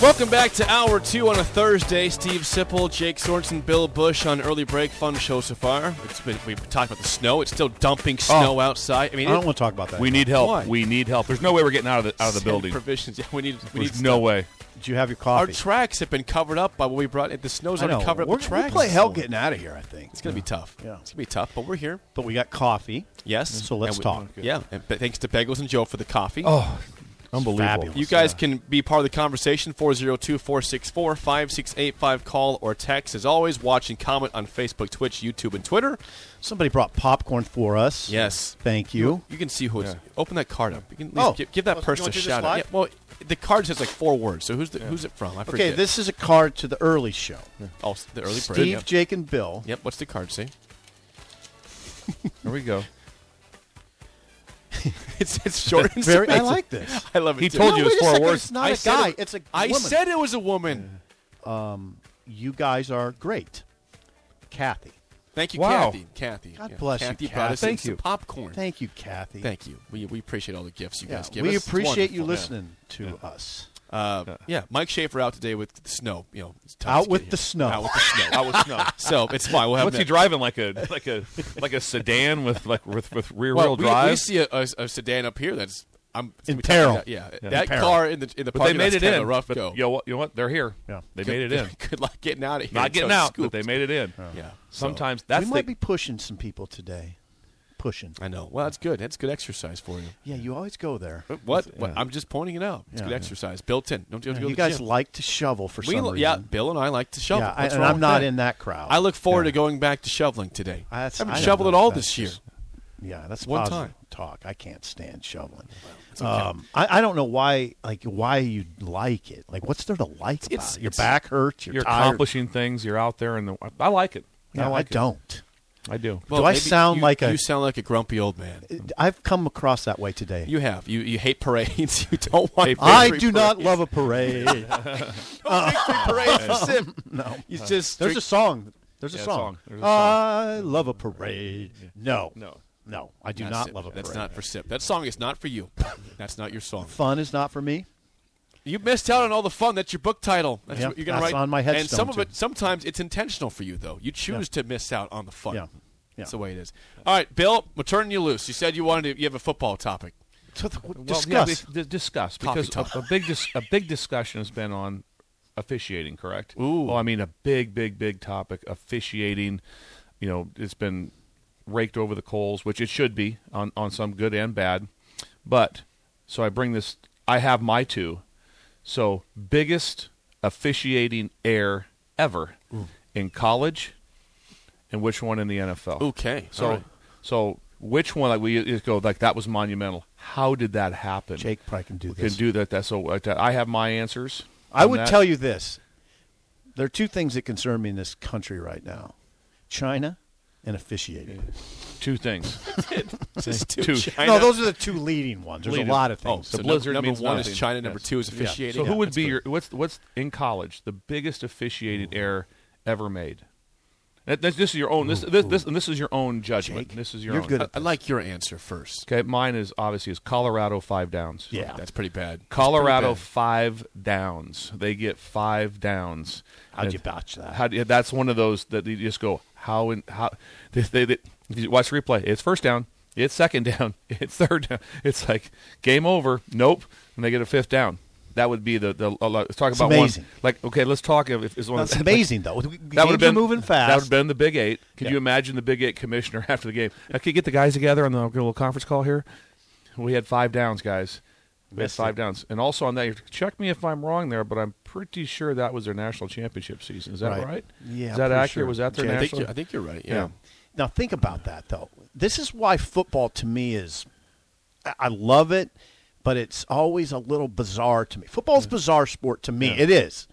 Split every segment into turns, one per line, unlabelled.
Welcome back to hour two on a Thursday. Steve Sipple, Jake Sorensen, Bill Bush on early break. Fun show so far. It's been, we talked about the snow. It's still
Oh.
dumping snow outside. I mean,
I
it-
don't want to talk about that.
We need help.
Why?
We need help. There's no way we're getting out of the out of the building.
Provisions. Yeah, we need. We
There's
need
no
stuff.
way.
Did you have your
Our
coffee?
tracks have been covered up by what we brought. The snow's
I know.
already covered up
We're,
the tracks.
we play hell getting out of here, I think.
It's gonna be tough.
Yeah.
it's gonna be tough. But we're here.
But we got coffee.
Yes.
So let's
And we-
talk.
Yeah. And but thanks to Bagels and Joe for the coffee.
Oh, unbelievable.
fabulous.
You guys can be part of the conversation 402 464 5685. Call or text. As always, watch and comment on Facebook, Twitch, YouTube, and Twitter.
Somebody brought popcorn for us.
Yes.
Thank you.
You can see who it's. Open that card up. You can at least
Oh.
give, give that
Oh, you
person
wanna
a
do this
shout out.
live?
Yeah, well, the card says like four words. So who's the, who's it from? I forget.
Okay, this is a card to the early show.
Oh, the early
Steve,
break. Yep.
Jake, and Bill.
Yep, What's the card say?
There we go.
it's it's short. and
Very, I
sweet.
like this.
I love it.
He
too.
told you
wait
it's
a
four
second,
words.
It's not
I
a
said
guy.
it-
it's a
I
woman.
said it was a woman.
you guys are great. Kathy.
Thank you,
Wow.
Kathy. Kathy.
God bless you,
Kathy brought us in
Thank
some
you.
popcorn.
Thank you, Kathy.
Thank you. We, we appreciate all the gifts you
Yeah,
guys give
we
us. It's
appreciate you
wonderful.
listening to us.
Uh, yeah, Mike Schaefer out today with the snow. You know, it's tough
Out
to
with
get
the
here.
snow.
Out with the snow.
I was no.
so it's fine. We'll have
What's
him
he driving like a like a like a sedan with like with with rear
well,
wheel
we,
drive?
We see a, a, a sedan up here that's I'm it's
In
gonna be tough to
peril.
get- Yeah,
Yeah,
that
in peril.
car in the in the
but they
parking
made
lot's
it
kind of
in.
a rough
but
go.
You know, what, you know what? They're here.
Yeah.
They made it in.
Good luck getting out of here.
Not getting
until
out,
it's
but they
scooped.
made it in.
Yeah.
Sometimes that's
we might
the
be pushing some people today. Pushing.
I know. Well, that's good. That's good exercise for you.
Yeah, you always go there.
What? what? I'm just pointing it out. It's
Yeah.
good exercise, built in. Don't you have to go
You
to the
guys
gym.
like to shovel for some
We li-
reason.
yeah, Bill and I like to shovel.
yeah, I,
What's
and
wrong
I'm
with
not
that?
in that crowd.
I look forward to going back to shoveling today.
I- that's-
I haven't
I don't
shoveled
know
at all
if
this
that's
year.
just- yeah, that's
One
positive
time.
talk. I can't stand shoveling. Um, I, I don't know why like why you like it. Like what's there to like about
It's-
it? Your
it's-
back hurts. You're,
you're
tired.
accomplishing things. You're out there, and the, I like it.
No,
I
I,
like it.
don't.
I do.
Do I
maybe
sound
you-
like a-
You sound like a grumpy old man.
I've come across that way today.
You have. You you hate parades. You don't want.
I
victory
do not
parades.
love a parade.
Oh,
parades for Sim. No, you just
There's a song. There's a
Yeah,
song.
song. There's a
I love a parade. No.
No.
No. I do
That's
not
it.
love a parade.
That's not for Sip. That song is not for you. That's not your song.
Fun is not for me.
You missed out on all the fun. That's your book title. That's
Yeah,
what you're gonna
that's
write
on my
And
headstone,
some of it,
too.
sometimes it's intentional for you though. You choose to miss out on the fun.
Yeah.
That's
Yeah.
the way it is. All right, Bill, we're turning you loose. You said you wanted to. You have a football topic.
So th-
Well, yeah,
discuss.
dis- discuss
Coffee
because a, a big dis- a big discussion has been on officiating, correct?
Ooh.
Well, I mean a big, big, big topic. Officiating, you know, it's been raked over the coals, which it should be on on some good and bad. But so I bring this. I have my two. So biggest officiating error ever in college, and which one in the NFL?
Okay.
So,
All right.
so which one? Like we just go like that was monumental. How did that happen?
Jake probably can do
can
this.
do that. That's so. like that. I have my answers.
I
on
would
that.
tell you this. There are two things that concern me in this country right now China and officiating.
two things.
Just
Two.
China.
No, those are the two leading ones. There's
Leading.
a lot of
Oh,
things.
so
The
num-
blizzard
number
means
one is
nothing.
China. Number
Yes.
two is
Yeah.
officiating.
So who would
That's
be
good.
your what's what's in college the biggest officiating error ever made? That, that's, this is your own. This this, this and this is your own judgment.
Jake,
this is your
you're
own. Uh,
good
I,
at
I like your answer first.
okay, mine is obviously is Colorado five downs.
yeah.
That's pretty bad. That's
Colorado
pretty
five downs. They get five downs.
How'd
And-
you botch that?
How do you, that's one of those that you just go how and how they, they, they if you watch the replay. It's first down. It's second down. It's third down. It's like game over. Nope, and they get a fifth down. That would be the the. uh, Let's talk about
amazing.
one. Like okay, let's talk if, if is one.
That's
of-
amazing, though. The
That would have
games
been
are moving fast.
That would have been the Big Eight. Could
Yeah.
you imagine the Big Eight commissioner after the game? Now, Can you get the guys together on the I'll get a little conference call here? We had five downs, guys. We had
Missed
five
it.
downs, and also on that, you- check me if I'm wrong there, but I'm pretty sure that was their national championship season. Is that
Right.
right?
Yeah,
is
I'm
that
pretty
accurate?
sure.
Was that their
Yeah,
bad. I think
national?
you're, I think you're right. Yeah.
Now think about that though. this is why football to me is I- I love it, but it's always a little bizarre to me. Football's
Mm.
a bizarre sport to me. It is.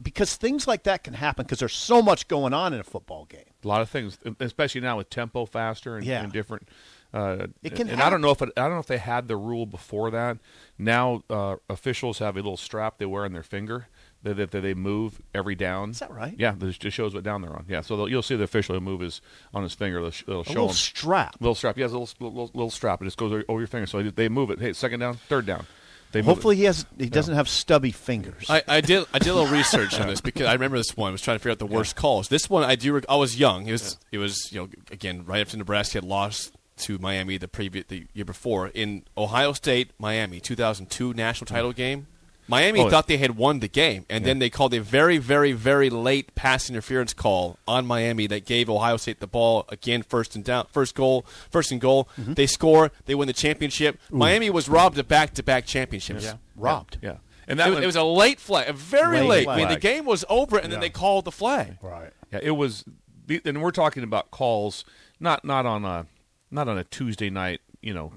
Because things like that can happen because there's so much going on in a football game.
a lot of things, especially now with tempo faster and,
Yeah.
and different. Uh,
It can
and I don't know if it, I don't know if they had the rule before that. Now uh, officials have a little strap they wear on their finger that, that, that they move every down. Is
that right?
Yeah, this just shows what down they're on. Yeah, so they'll- you'll see the official will move his on his finger. They'll, sh- they'll
A
show
little
him
strap.
little strap. He has a little, little little strap. It just goes over your finger. So they move it. Hey, second down, third down. They move it.
Hopefully he has he doesn't have stubby fingers.
I, I did I did a little research on this because I remember this one. I was trying to figure out the worst calls. This one I do. rec- I was young. It was it was you know again right after Nebraska had lost to Miami the previous the year before in Ohio State Miami 2002 national title game. Miami
Hmm. Oh,
thought they had won the game, and then they called a very, very, very late pass interference call on Miami that gave Ohio State the ball again, first and down, first goal, first and goal.
Mm-hmm.
They score, they win the championship. Miami was robbed of back-to-back championships.
robbed.
yeah. And that
It was,
one-
it was a late flag, a very
Late
late. I mean,
flag.
the game was over, and then they called the flag.
Right.
Yeah, it was, the- and we're talking about calls, not not on a not on a Tuesday night, you know,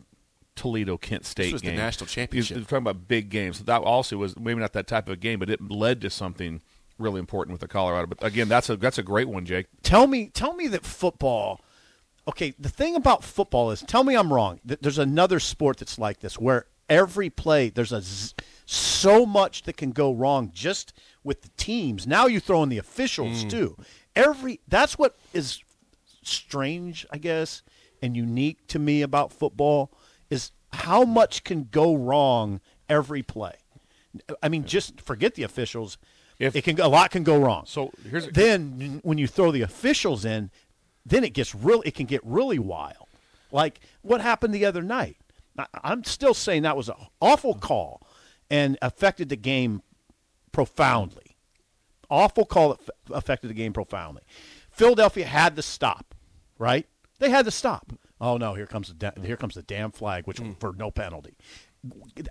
Toledo Kent State
was the
game.
national championship.
We're talking about big games. That also was maybe not that type of game, but it led to something really important with the Colorado. But again, that's a that's a great one, Jake.
tell me tell me that football okay the thing about football is tell me i'm wrong th- there's another sport that's like this where every play there's a z- so much that can go wrong just with the teams now you throw in the officials
Mm.
too every that's what is strange i guess and unique to me about football is how much can go wrong every play i mean just forget the officials
If-
it can a lot can go wrong
So here's a-
then when you throw the officials in, then it gets real. It can get really wild. Like what happened the other night. I, I'm still saying that was an awful call, and affected the game profoundly. Awful call that f- affected the game profoundly. Philadelphia had to stop, right? They had to stop. Oh no! Here comes the da- here comes the damn flag, which
Hmm.
for no penalty.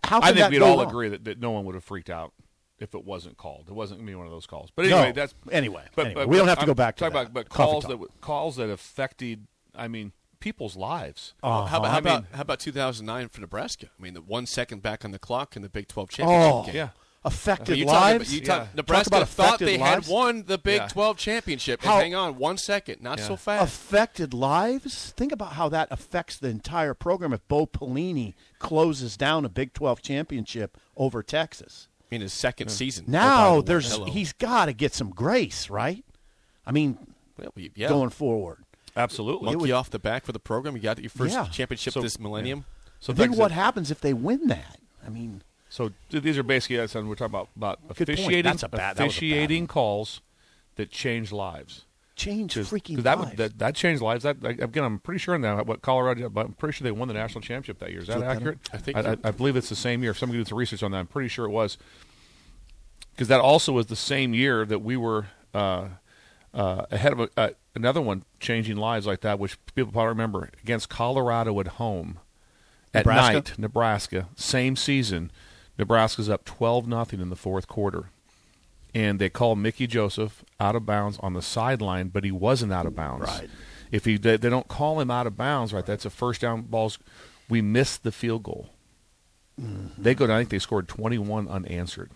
How
I
can
think
that
we'd
go
all
wrong?
agree that, that no one would have freaked out if it wasn't called. It wasn't going to be one of those calls. But
No.
anyway, that's
Anyway, anyway, we don't have to
I'm
go back to
talking
that.
about but
Coffee
calls
talk.
that w- calls that affected. I mean, people's lives.
Oh. Uh-huh.
How about how
I mean-
about, how about 2009 for Nebraska? I mean, the one second back on the clock in the Big 12 championship
Oh.
game.
yeah.
Affected
I mean, you talk
lives.
about, you talk,
Yeah.
Nebraska
Talk about
thought
affected
they
lives.
had won the Big
Yeah.
12 championship.
How-
and hang on, one second, not so fast.
affected lives. Think about how that affects the entire program if Bo Pelini closes down a Big 12 championship over Texas.
in his second season. Oh, by
Now
the way.
there's
Hello.
he's got to get some grace, right? I mean,
Well, yeah.
going forward.
Absolutely.
monkey off the back for the program. You got your first
Yeah.
championship
So-
this millennium.
So
Think
thanks-
what happens if they win that? I mean,
So th- these are basically that's what we're talking about about
Good point.
officiating
That's a bad- that was a
officiating calls that change lives.
change freaking
'Cause that
lives.
would that, that changed lives. That like, again, I'm pretty sure now what Colorado. did, but I'm pretty sure they won the national championship that year. Is that accurate?
I think
I,
so.
I, I believe it's the same year. If somebody did some research on that, I'm pretty sure it was because that also was the same year that we were uh, uh, ahead of a, uh, another one changing lives like that, which people probably remember against Colorado at home at
Nebraska?
night. Nebraska, same season. Nebraska's up twelve nothing in the fourth quarter and they call Mickey Joseph out of bounds on the sideline, but he wasn't out of bounds.
Right.
If he they, they don't call him out of bounds, right? That's a first down. Balls. We missed the field goal.
Mm-hmm.
They go down. I think they scored twenty one unanswered.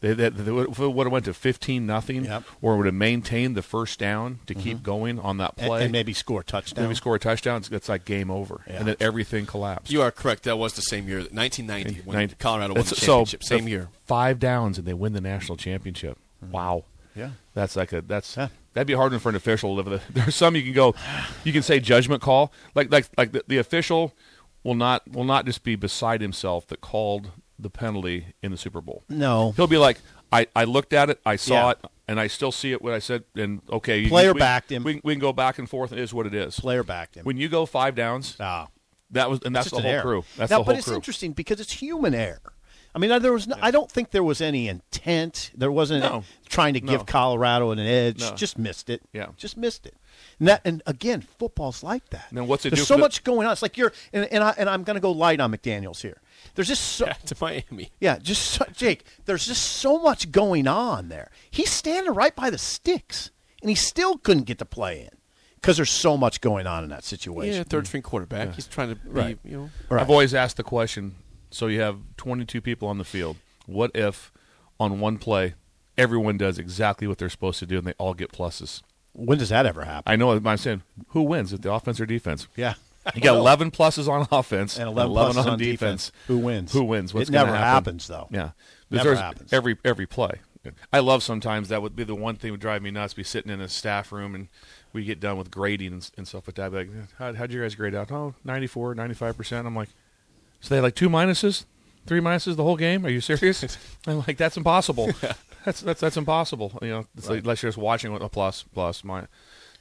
They, they, they would if it would have went to fifteen nothing,
Yep. Mm-hmm.
or would have maintained the first down to keep going on that
and,
play.
and maybe score a touchdown.
Maybe score a touchdown. It's, it's like game over,
Yeah.
and then everything collapsed.
You are correct. That was the same year, 1990, when
Nine-
Colorado won the
That's-
championship.
so,
same
the
year. Mm-hmm.
Five downs and they win the national championship. Wow.
Yeah.
That's like a that's
Yeah.
that'd be a hard one for an official to live with. There's some you can go you can say judgment call. Like like like the, the official will not will not just be beside himself that called the penalty in the Super Bowl.
No.
He'll be like, I, I looked at it, I saw
Yeah.
it, and I still see it what I said and okay you-
Player
we,
backed him.
We, can- we can go back and forth, it is what it is.
Player backed him.
When you go five downs,
Ah.
that was and that's
It's
the
just
whole
an error.
crew. That's
now,
the whole
but it's
crew.
interesting because it's human error. I mean, uh, there was no, I don't think there was any intent. There wasn't
No.
trying to give
No.
Colorado an edge.
No.
Just missed it.
Yeah.
just missed it. And that, and again, football's like that.
And then what's it
There's
do
so
for the-
much going on. It's like you're and, and I and I'm going to go light on McDaniel's here. There's just so,
Back to Miami.
yeah, just so, Jake. There's just so much going on there. He's standing right by the sticks, and he still couldn't get the play in. because there's so much going on in that situation.
Hmm. Yeah, third string quarterback. He's trying to be,
Right.
you know.
Right.
I've always asked the question. So you have 22 people on the field. What if on one play everyone does exactly what they're supposed to do and they all get pluses?
When does that ever happen?
I know I'm saying who wins, if the offense or defense?
yeah.
You got 11 pluses on offense
And 11 pluses on defense. Who wins?
Who wins? What's
It never
gonna happen?
happens, though.
Yeah.
Never
there's
happens.
Every every play. I love sometimes that would be the one thing that would drive me nuts. Be sitting in a staff room and we get done with grading and, and stuff like that. Be like, How, how'd you guys grade out? Oh, 94, 95%. I'm like, so they had like two minuses, three minuses the whole game. Are you serious? I'm like, that's impossible. That's that's that's impossible. You know, it's like, unless you're just watching with a plus plus minus.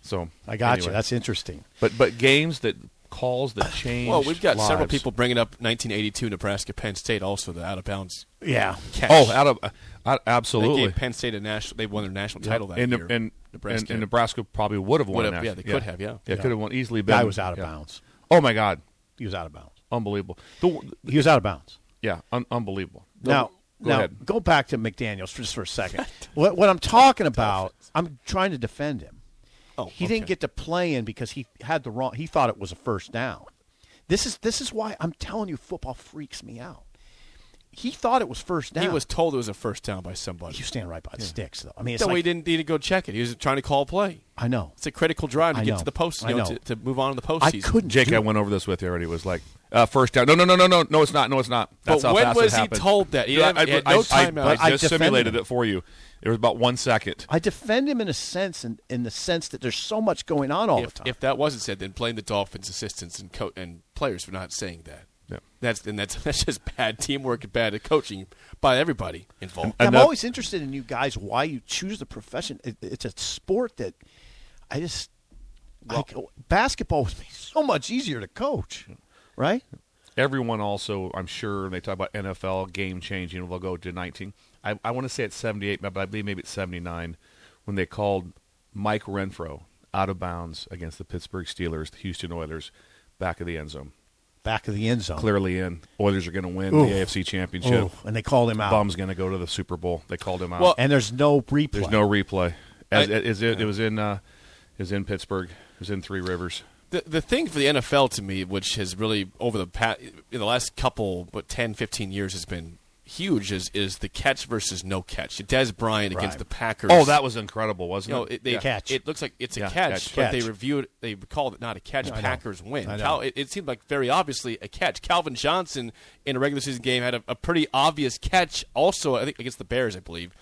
So
I got you.
anyway.
That's interesting.
But but games that calls that change.
Well, we've got several
lives.
people bringing up 1982 Nebraska Penn State also the out of bounds
Yeah.
catch.
Oh, out of out,
they
absolutely.
gave Penn State a national. They won their national title that
and,
year.
and
Nebraska.
and, and Nebraska probably would have won.
Would have,
that.
yeah, they could have, yeah.
yeah, could have won easily. Been,
Guy was out of
yeah.
bounds.
Oh my God,
He was out of bounds.
unbelievable. The,
He was out of bounds.
yeah, un- unbelievable.
Now,
go
now
ahead.
go back to McDaniels for- just for a second. what, what I'm talking about, I'm trying to defend him.
Oh,
he didn't
okay.
get to play in because he had the wrong. He thought it was a first down. This is this is why I'm telling you, football freaks me out. He thought it was first down.
He was told it was a first down by somebody.
You stand right by the sticks, though. I mean, it's
No,
like,
he didn't need to go check it. He was trying to call a play.
I know.
It's a critical drive to
I
get
know.
to the post, you
I
know,
know.
To, to move on to the
I
postseason.
couldn't.
Jake,
do
I
it.
went over this with you already. It Was like uh, first down. No, no, no, no, no, no. It's not. No, it's not. That's
But
how
when
fast
was
it
he
happened.
told that? He
Yeah,
had-
I,
he had
I-
no
I-
timeout.
I,
But I
just
defended
simulated
him.
it for you. It was about one second.
I defend him in a sense, in, in the sense that there's so much going on all
If,
the time.
if that wasn't said, then blame the Dolphins' assistants and co- and players for not saying that.
Yeah.
That's and that's that's just bad teamwork and bad coaching by everybody involved.
Yeah,
Enough-
I'm always interested in you guys why you choose the profession. It, it's a sport that I just like. Basketball was so much easier to coach, right?
Everyone also, I'm sure, when they talk about NFL game changing, will go to 19. I, I want to say it's 78, but I believe maybe it's 79 when they called Mike Renfro out of bounds against the Pittsburgh Steelers, the Houston Oilers, back of the end zone.
Back of the end zone.
Clearly in. Oilers are going to win
Ooh.
the AFC Championship.
Ooh, and they called him out.
Bum's going to go to the Super Bowl. They called him out.
Well,
And there's no replay.
There's no replay. As,
I-
as it, it was in, uh, it was in Pittsburgh. It was in Three Rivers.
The, the thing for the NFL to me, which has really over the past, in the last couple, but 10, 15 years, has been huge, is is the catch versus no catch. Des Bryant against
Right.
the Packers.
Oh, that was incredible, wasn't
you know,
it?
it, they,
Yeah.
Catch.
It looks like it's a
Yeah,
catch,
catch.
but they
Catch.
reviewed, they called it not a catch.
know.
Packers win.
I know.
Cal, it, it seemed like very obviously a catch. Calvin Johnson in a regular season game had a, a pretty obvious catch. Also, I think against the Bears, I believe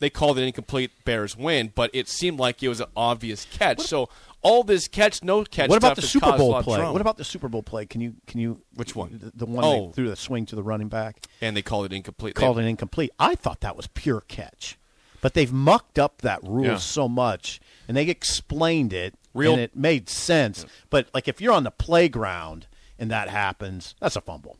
they called it incomplete. Bears win, but it seemed like it was an obvious catch. so. All this catch, no catch.
What about
stuff
the
has
Super
caused a lot
Bowl
of
play?
drama.
What about the Super Bowl play? Can you can you
Which one?
The, the one
Oh.
they threw the swing to the running back,
and they called it incomplete.
called
They-
it incomplete. I thought that was pure catch, but they've mucked up that rule
Yeah.
so much, and they explained it,
Real-
and it made sense. But like if you're on the playground and that happens, that's a fumble.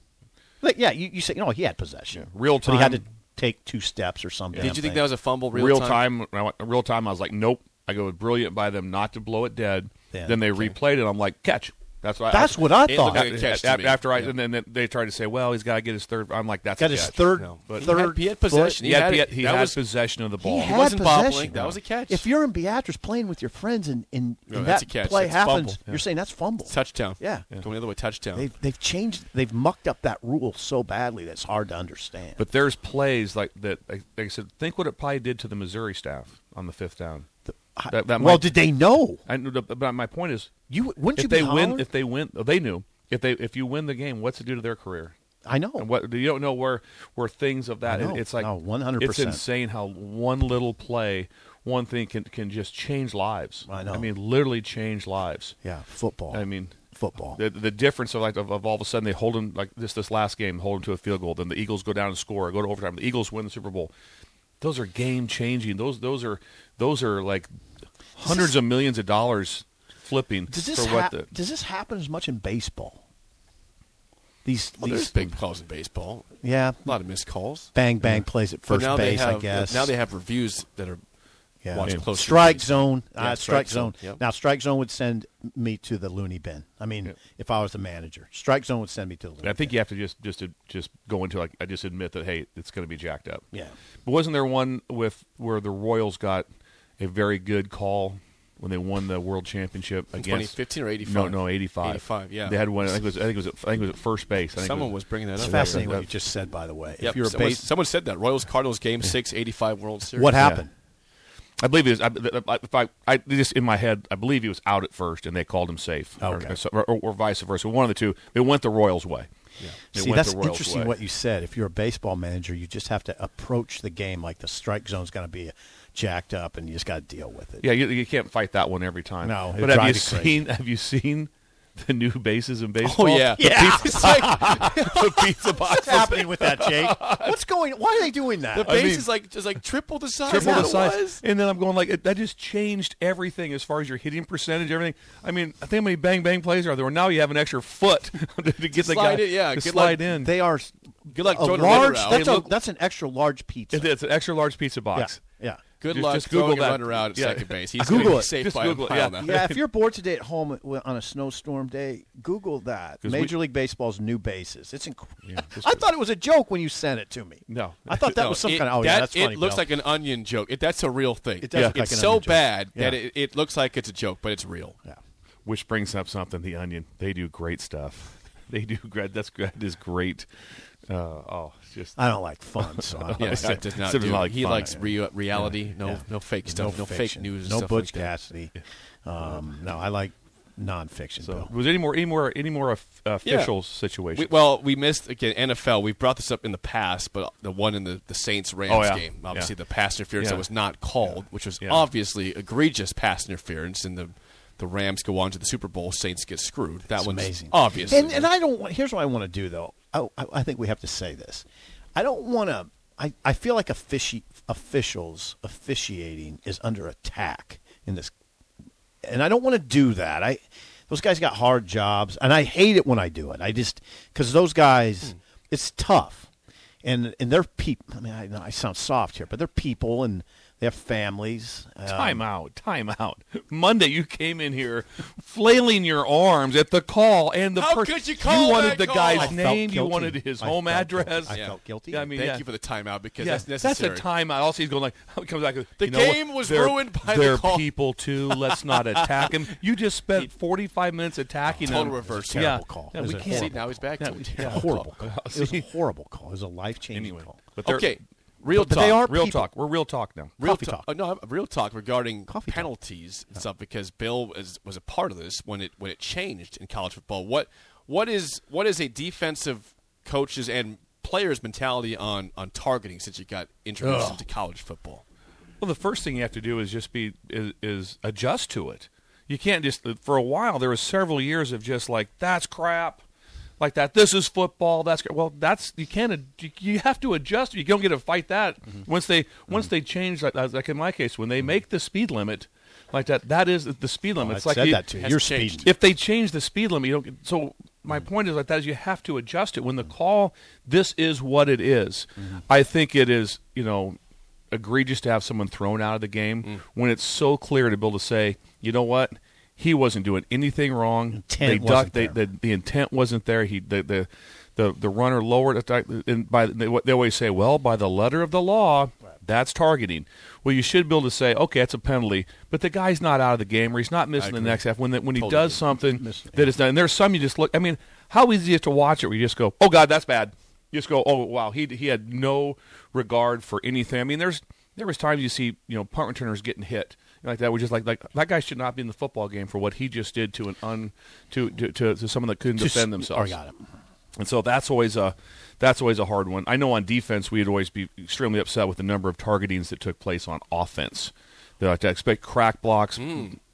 Like, yeah, you, you say, no, he had possession,
Real
but he had to
time-
take two steps or something.
Did you think that was a fumble real,
real, time. when I went, real time. I was like, nope. I go brilliant by them not to blow it dead.
Yeah,
then they replayed it. I'm like, catch. That's what.
That's what I
It
thought.
looked like a catch to
after,
me.
after I
Yeah.
and then they tried to say, well, he's got to get his third. I'm like, that's
Got
a
his
catch.
third,
No, but
He
third
had, he had
foot.
possession.
he had,
it.
he had, he
that
had
was,
possession of the
He
ball.
had
wasn't
possession.
bobbling. That was a catch.
If you're in Beatrice playing with your friends and, and,
No,
and
that's
that
a catch.
play
That's
happens,
fumble.
you're saying that's fumble.
touchdown.
Yeah.
Going the other way, touchdown.
They've, they've changed, they've mucked up that rule so badly that it's hard to understand.
But there's plays like that. Like, like I said, think what it probably did to the Missouri staff on the fifth down. that- that
well,
might-
did they know?
I, knew the- but my point is,
You wouldn't
if
you
they
be
win,
hollering?
if they win, they knew. If they if you win the game, what's it do to their career?
I know.
And what you don't know where where things of that.
I know.
It's like
Oh. No, 100%.
It's insane how one little play, one thing can can just change lives.
I know.
I mean, literally change lives.
yeah, football.
I mean,
football.
the the difference of like of, of all of a sudden they hold them like this this last game hold them to a field goal. Then the Eagles go down and score. Go to overtime. The Eagles win the Super Bowl. Those are game changing. Those those are those are like hundreds of millions of dollars flipping
does this
for what
hap-
the
does this happen as much in baseball? These,
well, there's
these
big calls in baseball.
yeah,
A lot of missed calls.
bang bang plays at
But
first
now
base.
they have,
I guess
Now they have reviews that are
Yeah.
watching close.
Strike zone.
Yeah,
uh, strike,
strike zone.
zone.
Yep.
Now, strike zone would send me to the loony bin. I mean, if I was the manager, strike zone would send me to the loony
I think
bin.
you have to just just just go into like I just admit that hey, it's going to be jacked up.
Yeah.
But wasn't there one with where the Royals got a very good call when they won the world championship
In
against
2015 or 85?
No, no, 85.
85, yeah.
They had one. I think it was. I think it was. At, I think it was at first base. I think it
Someone was bringing that
It's
up.
fascinating
Yeah.
what you just said, by the way.
Yep,
If you're a
someone,
base,
someone said that Royals Cardinals game six eighty five World Series.
what happened?
I believe he was. I, I- if I, I just in my head, I believe he was out at first, and they called him safe, or-
Okay.
or, or, vice versa. One of the two. It went the Royals' way. Yeah.
See, that's interesting what you said. If you're a baseball manager, you just have to approach the game like the strike zone's going to be jacked up, and you just got to deal with it.
Yeah, you, you can't fight that one every time.
No, it'd
but have
drive
you
you
seen?
crazy.
Have you seen the new bases in
Oh
baseball?
yeah,
Yeah.
The pizza, it's like, the pizza box.
What's happening with that, Jake? What's going? Why are they doing that?
The base
I mean-
is like just like triple the size.
triple
of
the
what it
size.
was.
And then I'm going like it- that just changed everything as far as your hitting percentage, everything. I mean, I think how many bang bang plays are there? Now you have an extra foot to, to get the
Slide
guy
it, yeah,
to
good
slide
luck.
in.
They are s-
Good luck
a
throwing a runner
large.
out.
That's,
They
a,
look-
that's an extra large pizza.
It- it's an extra large pizza
yeah,
box.
yeah.
Good
Just-
luck
just
throwing
Google
a
that.
runner out at
Yeah.
second base. He's
Google
gonna be
it.
safe
Just
by
Google
a
it,
mile
yeah.
now.
Yeah, if you're bored today at home w- on a snowstorm day, Google that.
'Cause
Major
we-
League Baseball's new bases. It's incredible.
just
I thought it was a joke when you sent it to me.
No.
I thought that
No,
was some
it-
kind of. Oh
that-
yeah, that's funny.
It looks
Bill.
like an onion joke. It, that's a real thing.
It does look like
it's
an
so
onion joke.
bad that
Yeah.
it, it looks like it's a joke, but it's real.
Yeah.
Which brings up something. The Onion. They do great stuff. They do great. That's great. That is great. Uh, oh, it's just
I don't like fun, so I'm
Yes, that does not.
Except it's
do
not
it.
like
he
fun.
likes rea- reality. No, no fake stuff. No, fake
fiction.
news. and
No
stuff
Butch
like that.
Cassidy. Um, no, I like nonfiction.
So,
Bill.
was there any more any more any more of- uh, official
We,
situation?
well, we missed again NFL. We brought this up in the past, but the one in the, the Saints Rams
Oh, yeah.
game, obviously
Yeah.
the pass interference
Yeah.
that was not called, which was
Yeah.
obviously egregious pass interference, and the the Rams go on to the Super Bowl. Saints get screwed. That
It's
one's
amazing.
obviously.
And, and I don't want. Here's what I want to do, though. I, I, I think we have to say this. I don't want to. I, I feel like offici- officials officiating is under attack in this, and I don't want to do that. I those guys got hard jobs, and I hate it when I do it. I just because those
Hmm.
guys, it's tough, and and they're people. I mean, I, know I sound soft here, but they're people, and they have families. Um,
Time out, time out. Monday, you came in here flailing your arms at the call, and the
How
per-
could you call
wanted
that
the
call? I
guy's
felt
name, you
guilty.
wanted his
I
home
felt
address.
guilty. I felt guilty.
Yeah, I mean,
Thank
yeah.
you for the timeout because
Yeah,
that's necessary.
a timeout. Also, he's going like comes back. with,
The
"You know
game
what?
was
They're-
ruined by the
they're
call."
people too. Let's not attack him. You just spent forty five minutes attacking
Total
him.
reverse.
Yeah.
Terrible call.
Yeah,
It was
we
a
can't.
See, now he's back to it.
Yeah.
It's a horrible call. It was a horrible call. It was a life changing
Anyway,
call.
but they're-
Okay, real
but
talk.
they are
real
people.
talk. We're real talk now.
Real
Coffee
talk.
talk.
Oh, no, real talk regarding
Coffee talk.
penalties and stuff because Bill is, was a part of this when it when it changed in college football. What what is what is a defensive coaches and players mentality on on targeting since you got introduced into college football?
Well, the first thing you have to do is just be is, is adjust to it. You can't just for a while. There was several years of just like that's crap, like that. This is football. That's cra-" well, that's you can't. ad- you- You have to adjust. You don't get to fight that
Mm-hmm.
once they once they change. Like, like in my case, when they make the speed limit, like that. That is the speed limit.
I
it's like
Oh, said
you-
that to you.
has
You're
changed.
speeding.
if they change the speed limit, you don't. get- So my
Mm-hmm.
point is like that is you have to adjust it when the call. This is what it is.
Mm-hmm.
I think it is you know egregious to have someone thrown out of the game
Mm.
when it's so clear to be able to say you know what he wasn't doing anything wrong.
Intent
they
wasn't
ducked. They,
there.
the, the intent wasn't there. He the the. The, the runner lowered attack and by they, what they always say well by the letter of the law that's targeting well you should be able to say okay that's a penalty but the guy's not out of the game or he's not missing the
agree.
next half when the, when he
Totally
does
agree.
something that is done. And there's some you just look. I mean, how easy is it to watch it where you just go, "Oh God, that's bad." You just go, "Oh wow, he he had no regard for anything." I mean, there's there was times you see you know punt returners getting hit like that. We just like like that guy should not be in the football game for what he just did to an un to to to, to someone that couldn't
Just- Oh,
defend themselves.
I got him.
And so that's always a that's always a hard one. I know on defense we'd always be extremely upset with the number of targetings that took place on offense. They like to expect crack blocks,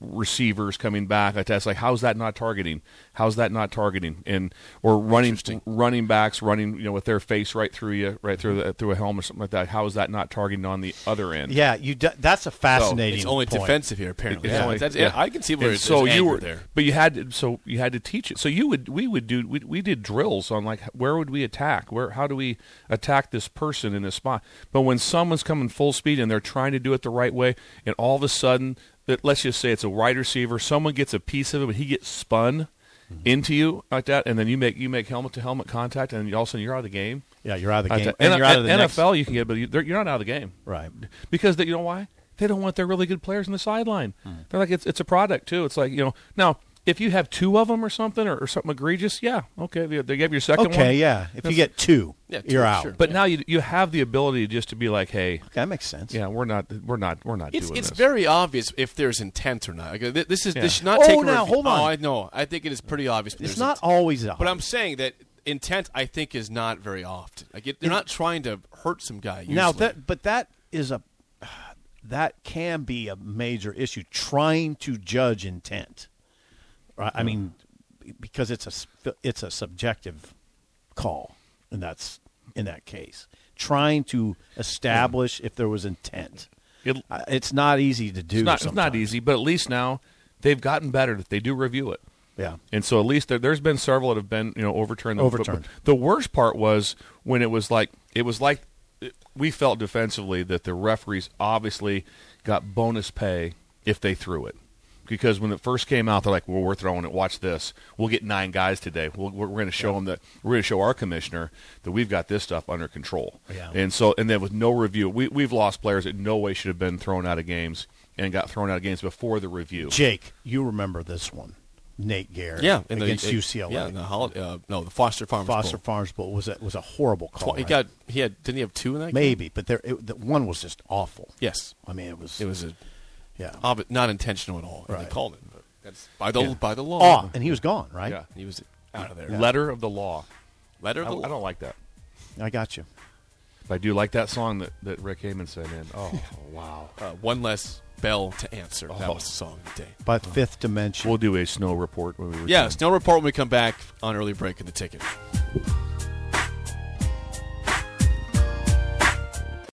receivers coming back. Like that's like how's that not targeting? How's that not targeting? And or running running backs running you know with their face right through you, right through the, through a helm or something like that. How is that not targeting on the other end?
Yeah, you. d that's a fascinating.
It's only
point.
defensive here, apparently.
It's
Yeah,
only-
that's-
yeah.
I can see where
And
it's
so
there's
you
anger
were
there.
but you had to, so you had to teach it. So you would we would do we, we did drills on like where would we attack? Where how do we attack this person in this spot? But when someone's coming full speed and they're trying to do it the right way, and all of a sudden, that let's just say it's a wide receiver, someone gets a piece of it, but he gets spun
Mm-hmm.
into you like that, and then you make you make helmet to helmet contact, and all of a sudden you're out of the game.
Yeah, you're out of the
Like
game,
that.
and you're out of the
NFL
next-
you can get, but you- they're- you're not out of the game
Right.
because that you know why they don't want their really good players on the sideline.
Hmm.
They're like, it's, it's a product, too. It's like, you know, now, if you have two of them or something or, or something egregious, yeah, okay, they, they give your second one.
Okay, yeah. If you
That's-
get two,
Yeah, two,
you're out.
sure.
But now you, you have the ability just to be like, hey,
Okay, that makes sense.
yeah, we're not, we're not, we're not
It's
doing
it's
this.
very obvious if there's intent or not. Like, th- this is
Yeah.
this should not
Oh,
take. a
now,
review-
hold on.
Oh, I know. I think it is pretty obvious. but
It's
there's
not
intent.
always a
But I'm saying that intent, I think, is not very often. Like it, they're not trying to hurt some guy. Usually.
Now that, but that is a that can be a major issue. Trying to judge intent, right? I mean, because it's a sp- it's a subjective call, and that's in that case trying to establish if there was intent.
It-
Uh, it's not easy to do.
it's not, it's not
sometimes.
easy, but at least now they've gotten better that they do review it.
Yeah.
And so at least there, there's been several that have been you know overturned.
Overturned.
But the worst part was when it was like it was like it- we felt defensively that the referees obviously got bonus pay if they threw it. Because when it first came out, they're like, "Well, we're throwing it. Watch this. We'll get nine guys today. We'll, we're going to show them that we're going to show our commissioner that we've got this stuff under control."
Yeah.
And so, and then with no review, we we've lost players that no way should have been thrown out of games and got thrown out of games before the review.
Jake, you remember this one, Nate Gary?
yeah, in the-
against
it-
UCLA.
Yeah, in the holiday, uh, no, the Foster Farmers.
Foster
Bowl.
Farms Bowl was a, was a horrible call.
Tw- He
right?
got he had didn't he have two in that? game?
maybe, but there it, the one was just awful.
Yes,
I mean, it was
it was a,
yeah.
obvi- not intentional at all. and
Right.
They called it. But that's by the by the law.
Oh, and he was gone, right?
Yeah.
He was out of there.
Letter of the law.
Letter of
I,
the
I
law.
don't like that.
I got you.
But I do like that song that, that Rick Heyman sang in. Oh, wow.
uh, one less bell to answer. That
Oh.
was the song of the day.
By fifth dimension.
We'll do a snow report when we return.
Yeah, snow report when we come back on early break in the ticket.